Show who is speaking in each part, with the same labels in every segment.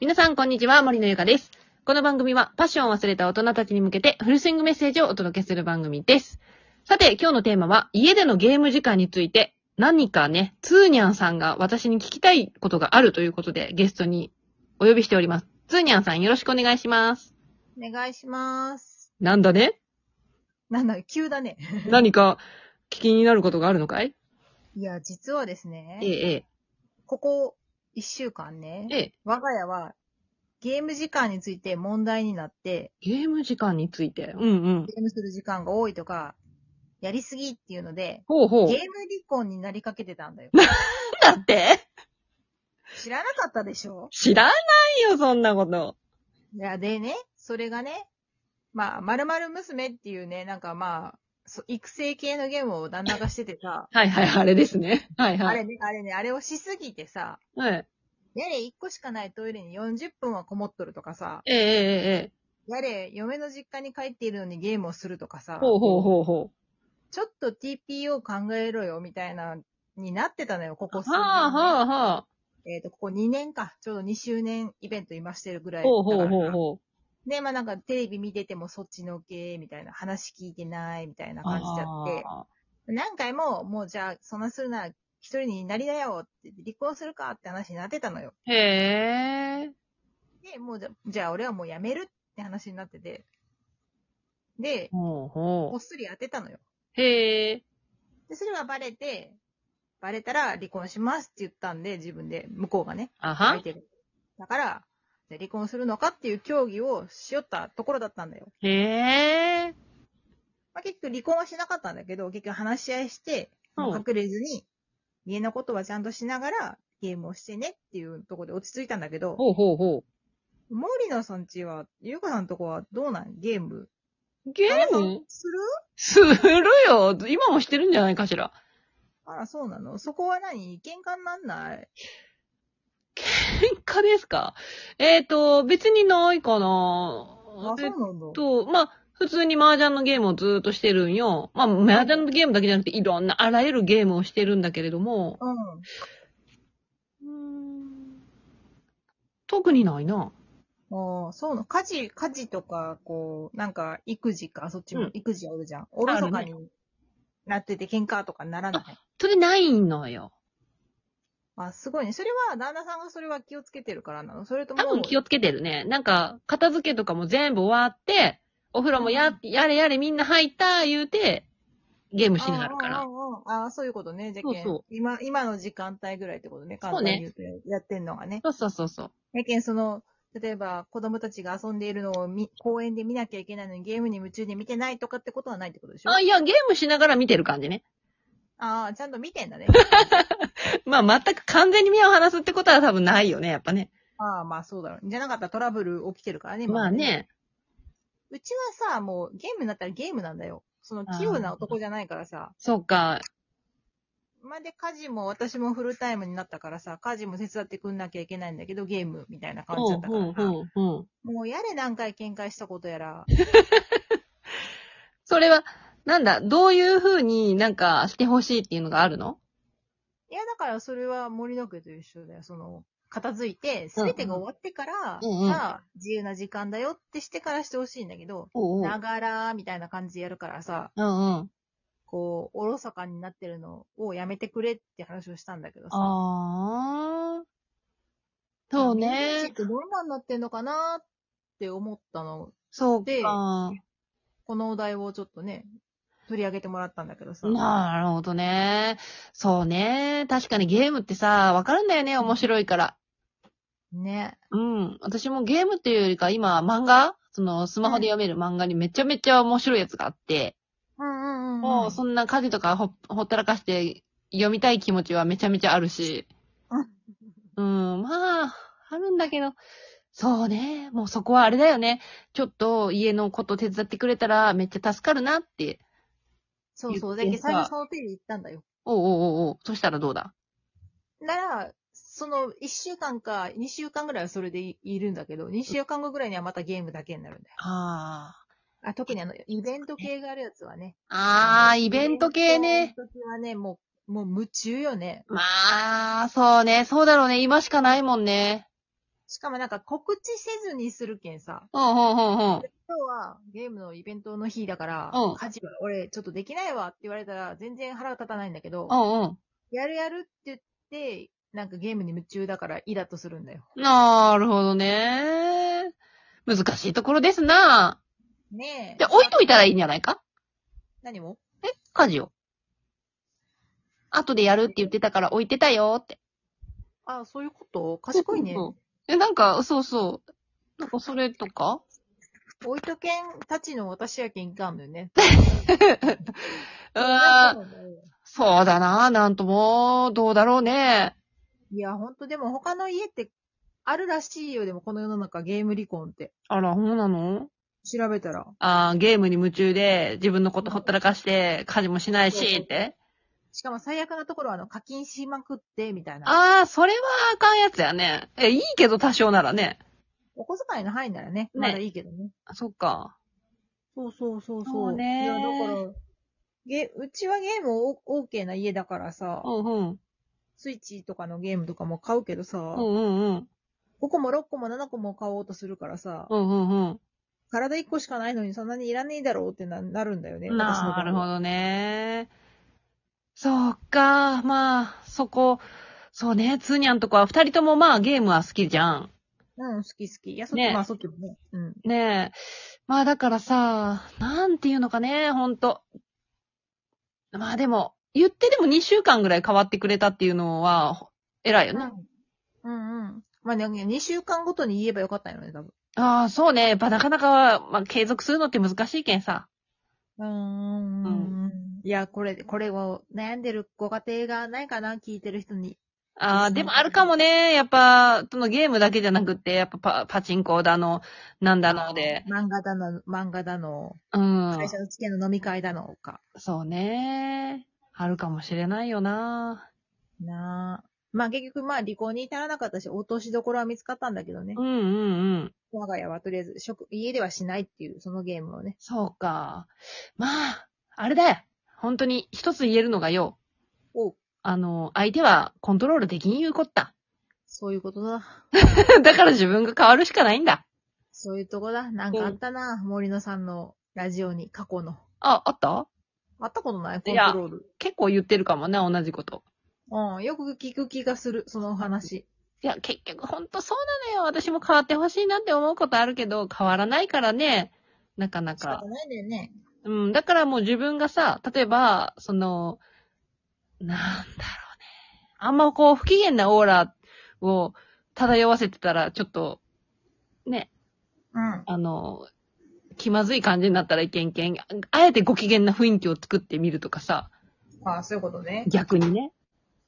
Speaker 1: 皆さん、こんにちは。森のゆかです。この番組は、パッションを忘れた大人たちに向けて、フルスイングメッセージをお届けする番組です。さて、今日のテーマは、家でのゲーム時間について、何かね、ツーニャンさんが私に聞きたいことがあるということで、ゲストにお呼びしております。ツーニャンさん、よろしくお願いします。
Speaker 2: お願いします。
Speaker 1: なんだね
Speaker 2: なんだ、急だね。
Speaker 1: 何か、聞きになることがあるのかい
Speaker 2: いや、実はですね、
Speaker 1: ええ、
Speaker 2: ここ一週間
Speaker 1: え
Speaker 2: ね
Speaker 1: え、、ええ。
Speaker 2: 我が家はゲーム時間について問題になって、
Speaker 1: ゲーム時間について。うんうん。
Speaker 2: ゲームする時間が多いとか、やりすぎっていうので、
Speaker 1: ほうほ
Speaker 2: ゲ
Speaker 1: う。
Speaker 2: ーム離婚になりかけて たんだよ。
Speaker 1: だって
Speaker 2: 知らなかったでしょ
Speaker 1: 知らないよ、そんなこと。、
Speaker 2: いや、でね、それがね、まあ、〇〇娘っていうね、なんかまあ、そ育成系のゲームを旦那がしててさ
Speaker 1: はいはい、あれですね。はい
Speaker 2: あ
Speaker 1: はい。
Speaker 2: れね、あれね、あれをしすぎてさ、
Speaker 1: はい。
Speaker 2: やれ1個しかないトイレに40分はこもっとるとかさ、
Speaker 1: えええええ
Speaker 2: やれ、嫁の実家に帰っているのにゲームをするとか
Speaker 1: え
Speaker 2: さ、
Speaker 1: ほうほうほうほ
Speaker 2: ちょっと TPO 考えろよ、みたいな、になってたのよ、ここ
Speaker 1: う。
Speaker 2: 数年ね、
Speaker 1: はあはあは
Speaker 2: えっ、と、ここ2年か、ちょうど2周年イベント今してるぐら
Speaker 1: あ。
Speaker 2: いだから
Speaker 1: ほうほうほうほ
Speaker 2: で、まあなんかテレビ見ててもそっちのけ、みたいな、話聞いてない、みたいな
Speaker 1: う。
Speaker 2: 感じちゃって、
Speaker 1: あ
Speaker 2: 何回も、もうじゃあ、そんなするなら、一人になりなよって言って、離婚するかって話になってたのよ。
Speaker 1: ーへえ。
Speaker 2: で、もうじゃじゃあ俺はもうやめるって話になってて、で、
Speaker 1: ほう
Speaker 2: こ
Speaker 1: ほ
Speaker 2: っそりやってたのよ。
Speaker 1: う。へえ。
Speaker 2: で、それがバレて、バレたら離婚しますって言ったんで、自分で、向こうがね、
Speaker 1: あは
Speaker 2: 相。手が。だから、じゃあ離婚するのかっていう協議をしよったところだったんだよ。
Speaker 1: へえ。
Speaker 2: まあ、結局離婚はしなかったんだけど、結局話し合いして、まあ
Speaker 1: うん
Speaker 2: 隠れずに、家のことはちゃんとしながら、ゲームをしてねっていうところで落ち着いたんだけど、
Speaker 1: ほうほうほ
Speaker 2: 森野さんちは、ゆうかさんとこはどうなんゲーム
Speaker 1: う。ゲーム
Speaker 2: する
Speaker 1: するよ。今もしてるんじゃないかしら。
Speaker 2: あら、そうなのそこは何喧嘩になんない
Speaker 1: 喧嘩ですかえーと、別にないかな。
Speaker 2: あ、そうなんだ。
Speaker 1: と、まあ、普通に麻雀のゲームをずーっとしてるんよ。まあ、麻雀のゲームだけじゃなくて、いろんな、あらゆるゲームをしてるんだけれども、うー
Speaker 2: うん。
Speaker 1: ん特にないな。
Speaker 2: ああ、そうなの。家事、家事とか、こう、なんか、育児か、そっち
Speaker 1: う
Speaker 2: も
Speaker 1: ん
Speaker 2: 育児あるじゃん。おろそかになってて喧嘩とかならない。
Speaker 1: それないのよ。
Speaker 2: あ、すごいね。それは、旦那さんがそれは気をつけてるからなのそれとも、
Speaker 1: 多分気をつけてるね。なんか、片付けとかも全部終わって、お風呂もや、やれやれみんな入った、言うて、ゲームしになるか
Speaker 2: あ
Speaker 1: ら
Speaker 2: ー。あーあーあー、そういうことね。じゃけん
Speaker 1: そうそう
Speaker 2: 今、今の時間帯ぐらいってことね。
Speaker 1: そうね
Speaker 2: 簡単に言うとやってんのがね。
Speaker 1: そうそうそうそう。
Speaker 2: やけん、その、例えば、子供たちが遊んでいるのを見公園で見なきゃいけないのに、ゲームに夢中で見てないとかってことはないってことでしょ
Speaker 1: あ、いや、ゲームしながら見てる感じね。
Speaker 2: ああ、ちゃんと見てんだね。
Speaker 1: まあ、全く完全に目を離すってことは多分ないよね、やっぱね。
Speaker 2: ああ、まあそうだろう。じゃなかったらトラブル起きてるからね。今
Speaker 1: まあ。ね。
Speaker 2: うちはさ、もうゲームになったらゲームなんだよ。その
Speaker 1: あー
Speaker 2: 器用な男じゃないからさ。
Speaker 1: そうか。
Speaker 2: まあで家事も私もフルタイムになったからさ、家事も手伝ってくんなきゃいけないんだけど、ゲームみたいな感じだったか
Speaker 1: う
Speaker 2: ら
Speaker 1: ん、うん
Speaker 2: さ。、
Speaker 1: うん、うん。
Speaker 2: もうやれ何回見解したことやら。
Speaker 1: それは、なんだ、どういう風になんかしてほしいっていうのがあるの
Speaker 2: いやだからそれは森の家と一緒だよ。その、片付いて、すべてが終わってから、
Speaker 1: うんうん
Speaker 2: さあ、自由な時間だよってしてからしてほしいんだけど、
Speaker 1: お
Speaker 2: ながらみたいな感じでやるからさ、
Speaker 1: うんうん。
Speaker 2: こう、おろそかになってるのをやめてくれって話をしたんだけどさ。
Speaker 1: ああ。そう
Speaker 2: みんな
Speaker 1: ね
Speaker 2: っ。てどんなになってんのかなって思ったの。
Speaker 1: そう
Speaker 2: で
Speaker 1: か。
Speaker 2: このお題をちょっとね、取り上げてもらったんだけどさ。
Speaker 1: なるほどね。そうね。確かにゲームってさ、わかるんだよね。面白いから。
Speaker 2: ね。
Speaker 1: うん。私もゲームっていうよりか、今、漫画その、スマホで読める漫画にめちゃめちゃ面白いやつがあって、
Speaker 2: うんうんうん。
Speaker 1: もう、そんな家事とかほほったらかして読みたい気持ちはめちゃめちゃあるし。
Speaker 2: うん
Speaker 1: うん、まあ、あるんだけど、そうね、もうそこはあれだよね。ちょっと家のこと手伝ってくれたらめっちゃ助かるなって。
Speaker 2: そうそう。だ
Speaker 1: 言っ
Speaker 2: け
Speaker 1: てさ
Speaker 2: ど最初その手で言ったんだよ。
Speaker 1: おうおうおうおう、そしたらどうだ
Speaker 2: なら、その1週間か2週間ぐらいはそれでいいるんだけど、2週間後ぐらいにはまたゲームだけになるんだよ。
Speaker 1: あ
Speaker 2: あ特にあの、イベント系があるやつはね。
Speaker 1: あ。ああ、
Speaker 2: の
Speaker 1: イベント系ね。。
Speaker 2: イベント系はね、もう、もう夢中よね。
Speaker 1: まあ、そうね、そうだろうね、今しかないもんね。
Speaker 2: しかもなんか告知せずにするけんさ。
Speaker 1: ほうほうほうほう。
Speaker 2: 今日はゲームのイベントの日だから
Speaker 1: うん、
Speaker 2: 家事は俺ちょっとできないわって言われたら全然腹が立たないんだけど、
Speaker 1: おう
Speaker 2: やるやるって言って、なんかゲームに夢中だからイラッとするんだよ。
Speaker 1: おう。なるほどね。難しいところですな。
Speaker 2: ねえ。
Speaker 1: じゃあ、置いといたらいいんじゃないか
Speaker 2: 何も
Speaker 1: 家事を。後でやるって言ってたから置いてたよって。
Speaker 2: あ、そういうこと賢いね。
Speaker 1: そうそうえ、なんか、そうそう。なんか、それとか
Speaker 2: 置いとけんたちの私やけんいかんのよね。
Speaker 1: うーん。そうだな。なんとも、どうだろうね。
Speaker 2: いや、ほんとでも他の家ってあるらしいよ。でもこの世の中ゲーム離婚って。
Speaker 1: あら、ほうなの
Speaker 2: 調べたら。
Speaker 1: あーゲームに夢中で、自分のことほったらかして、家事もしないし、って。
Speaker 2: しかも最悪なところはあの課金しまくって、みたいな。
Speaker 1: ああ、それはあかんやつやね。え、いいけど多少ならね。
Speaker 2: お小遣いの範囲ならね、まだいいけどね。
Speaker 1: あそっか。
Speaker 2: そうそうそう
Speaker 1: そうね
Speaker 2: いや、だから、ゲ、うちはゲームを OK な家だからさ、
Speaker 1: うんうん。
Speaker 2: スイッチとかのゲームとかも買うけどさ、
Speaker 1: うんうんうん。
Speaker 2: 5個も6個も7個も買おうとするからさ、
Speaker 1: うんうん
Speaker 2: 体1個しかないのにそんなにいらねえだろうってななるんだよね。
Speaker 1: うん。
Speaker 2: 私の場
Speaker 1: な
Speaker 2: 合
Speaker 1: るほ。どね。そっか。まあ、そこ、そうね。つーにゃんとこは二人ともまあゲームは好きじゃん。
Speaker 2: うん、好き好き。いや、そっち、
Speaker 1: ね
Speaker 2: まあそっちもね。うん。
Speaker 1: ねえ。まあだからさ、なんていうのかね、ほんと。まあでも、言ってでも2週間ぐらい変わってくれたっていうのは、ほ偉いよね。
Speaker 2: うんうん。まあね、2週間ごとに言えばよかったよね、多分。
Speaker 1: ああ、そうね。やっぱなかなか、まあ、継続するのって難しいけんさ。
Speaker 2: うーん。いや、これ、これを悩んでるご家庭がないかな、聞いてる人に。
Speaker 1: ああ、
Speaker 2: ですね
Speaker 1: でもあるかもね。やっぱ、そのゲームだけじゃなくって、やっぱパパチンコだの、なんだので。
Speaker 2: 漫画だの、漫画だの、
Speaker 1: うん。
Speaker 2: 会社の付き合いの飲み会だのか。
Speaker 1: そうね。あるかもしれないよな。
Speaker 2: なあ。まあ結局、まあ離婚に至らなかったし、落としどころは見つかったんだけどね
Speaker 1: う。んうんうん。
Speaker 2: 我が家はとりあえず、職、家ではしないっていう、そのゲームをね。
Speaker 1: そうか。まあ、あれだよ。本当に一つ言えるのがよ。
Speaker 2: おう
Speaker 1: あの、相手はコントロールできんいうこった。
Speaker 2: そういうことだ。
Speaker 1: だから自分が変わるしかないんだ。
Speaker 2: そういうとこだ。なんかあったな、森野さんのラジオに、過去の。
Speaker 1: あ、あった
Speaker 2: あったことないコン
Speaker 1: い
Speaker 2: ト
Speaker 1: や
Speaker 2: ロール。
Speaker 1: 結構言ってるかもね、同じこと。
Speaker 2: うん、よく聞く気がする、そのお話。
Speaker 1: いや、結局ほんとそうなのよ。私も変わってほしいなって思うことあるけど、変わらないからね。なかな
Speaker 2: 仕
Speaker 1: か
Speaker 2: 方。ないんだよね。
Speaker 1: うん、だからもう自分がさ、例えば、その、なんだろうね。あんまこう、不機嫌なオーラを漂わせてたら、ちょっと、ね、
Speaker 2: うん。
Speaker 1: あの、気まずい感じになったらいけんけん。ああえてご機嫌な雰囲気を作ってみるとかさ、
Speaker 2: ああ、そういうことね。
Speaker 1: 逆にね。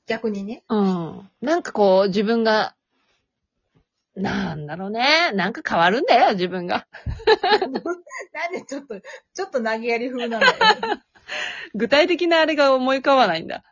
Speaker 2: 逆に ね。
Speaker 1: うん。なんかこう、自分が、なんだろうね。なんか変わるんだよ、自分が。
Speaker 2: なんでちょっと、ちょっと投げやり風なんだよ。
Speaker 1: 具体的なあれが思い浮かばないんだ。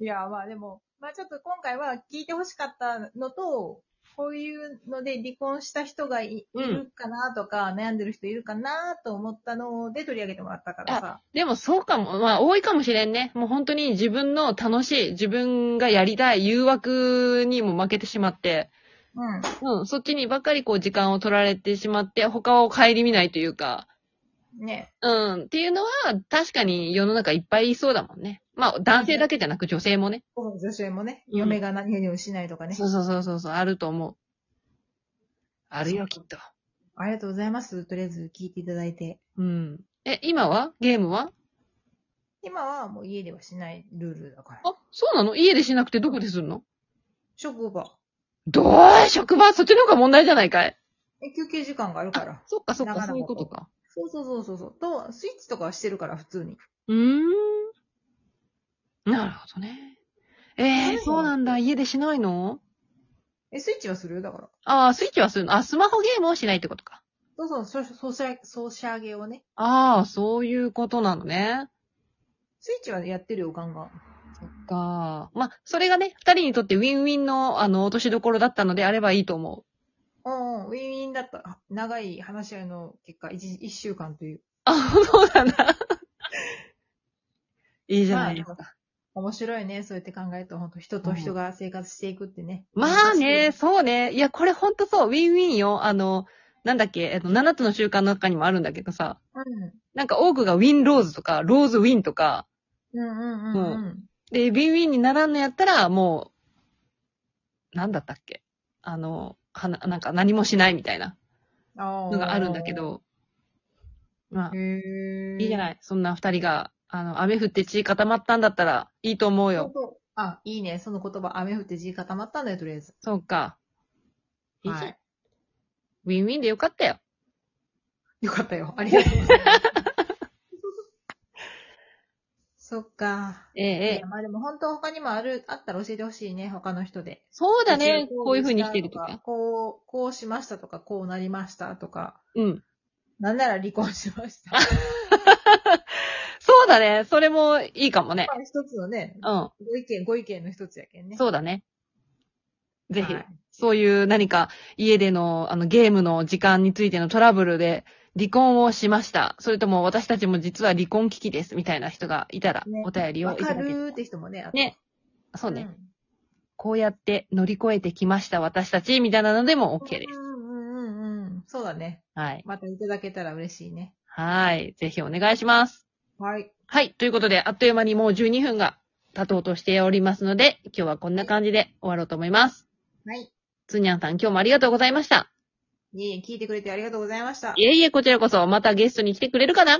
Speaker 2: いや、まあでも、まあちょっと今回は聞いて欲しかったのと、こういうので離婚した人がい,、
Speaker 1: うん
Speaker 2: るかなとか、悩んでる人いるかなと思ったので取り上げてもらったからさ。
Speaker 1: でもそうかも、まあ多いかもしれんね。もう本当に自分の楽しい、自分がやりたい誘惑にも負けてしまって、
Speaker 2: うん。
Speaker 1: うん、そっちにばっかりこう時間を取られてしまって、他を顧みないというか、
Speaker 2: ね。
Speaker 1: うん、っていうのは確かに世の中いっぱいいそうだもんね。まあ男性だけじゃなく女性もね。
Speaker 2: 僕の女性もね、
Speaker 1: うん
Speaker 2: 嫁が何々をしないとかね。
Speaker 1: そうそうそうそうそう、あると思う。あるよ、きっと。
Speaker 2: ありがとうございます。とりあえず聞いていただいて。
Speaker 1: うん。え、今はゲームは
Speaker 2: 今はもう家ではしないルールだから。
Speaker 1: あ、そうなの家でしなくてどこでするの
Speaker 2: 職場。
Speaker 1: どう職場そっちの方が問題じゃないかい
Speaker 2: え、休憩時間があるから。
Speaker 1: そっかそっ
Speaker 2: なか
Speaker 1: か、
Speaker 2: なか
Speaker 1: そういうことか。
Speaker 2: そうそうそうそうそう。と、スイッチとかはしてるから、普通に。
Speaker 1: うーん。なるほどね。ええー、そうなんだ。家でしないの
Speaker 2: え、スイッチはするよ、だから。
Speaker 1: ああ、スイッチはするのあ、スマホゲームをしないってことか。
Speaker 2: そうそう、ソシャ、ソシャ、ソシャゲをね。
Speaker 1: ああ、そういうことなのね。
Speaker 2: スイッチはやってるよ、ガンガン。
Speaker 1: かまあ、それがね、二人にとってウィンウィンの、あの、落としどころだったのであればいいと思う。
Speaker 2: うんうん、ウィンウィンだった。長い話し合いの結果、一一週間という。
Speaker 1: あ、そうだな。いいじゃないですか。
Speaker 2: 面白いね。そうやって考えると、本当人と人が生活していくってね。
Speaker 1: まあね、。そうね。いや、これほんとそう、ウィンウィンよ。あの、なんだっけ、えっと、7つの習慣の中にもあるんだけどさ、
Speaker 2: うん。
Speaker 1: なんか多くがウィンローズとか、ローズウィンとか、
Speaker 2: うんうんうんうん。
Speaker 1: で、ウィンウィンにならんのやったら、もう、なんだったっけあの、はな、なんか何もしないみたいな
Speaker 2: の
Speaker 1: のがあるんだけ。ど、まあ
Speaker 2: へ、え。
Speaker 1: いいじゃ
Speaker 2: い。
Speaker 1: ない。そんな二人が、あの、雨降って血固まったんだったら、いいと思うよ。
Speaker 2: あ、いいね。その言葉、雨降って地固まったんだよ、とりあえず。
Speaker 1: そうか。いいじゃん。
Speaker 2: はい
Speaker 1: ウィンウィンでよかったよ。
Speaker 2: よかったよ。ありがとうござい ます。そっか。
Speaker 1: えええ
Speaker 2: い
Speaker 1: え
Speaker 2: やまあでも本当他にもある、あったら教えてほしいね、他の人で。
Speaker 1: そうだね
Speaker 2: ち。
Speaker 1: こういう風に生きてると
Speaker 2: した
Speaker 1: か。
Speaker 2: こう、こうしましたとか、こうなりましたとか。
Speaker 1: うん。
Speaker 2: なんなら離婚しました。
Speaker 1: そうだね。それもいいかもね
Speaker 2: ま。あ一つのね、
Speaker 1: うん。
Speaker 2: ご意見、ご意見の一つやけんね。
Speaker 1: そうだね。ぜひ
Speaker 2: はい。
Speaker 1: そういう何か家でのあのゲームの時間についてのトラブルで離婚をしました。それとも私たちも実は離婚危機ですみたいな人がいたら
Speaker 2: ね
Speaker 1: お便りを
Speaker 2: わ
Speaker 1: いた
Speaker 2: か
Speaker 1: だけ、
Speaker 2: るーって人もね、あと
Speaker 1: ね。そうね、
Speaker 2: ん
Speaker 1: こうやって乗り越えてきました私たちみたいなのでも OK です。
Speaker 2: うんうんうんうん。そうだね。
Speaker 1: はい。
Speaker 2: またいただけたら嬉しいね。
Speaker 1: はい。ぜひお願いします。
Speaker 2: はい。
Speaker 1: はい。ということで、あっという間にもう12分が経とうとしておりますので、今日はこんな感じで終わろうと思います。
Speaker 2: はい。
Speaker 1: つにゃんさん、今日もありがとうございました。
Speaker 2: いえいえ、聞いてくれてありがとうございました。
Speaker 1: いえいえ、こちらこそ、またゲストに来てくれるかな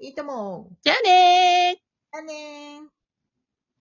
Speaker 1: い
Speaker 2: いとも。
Speaker 1: じゃあねー
Speaker 2: じゃあねー。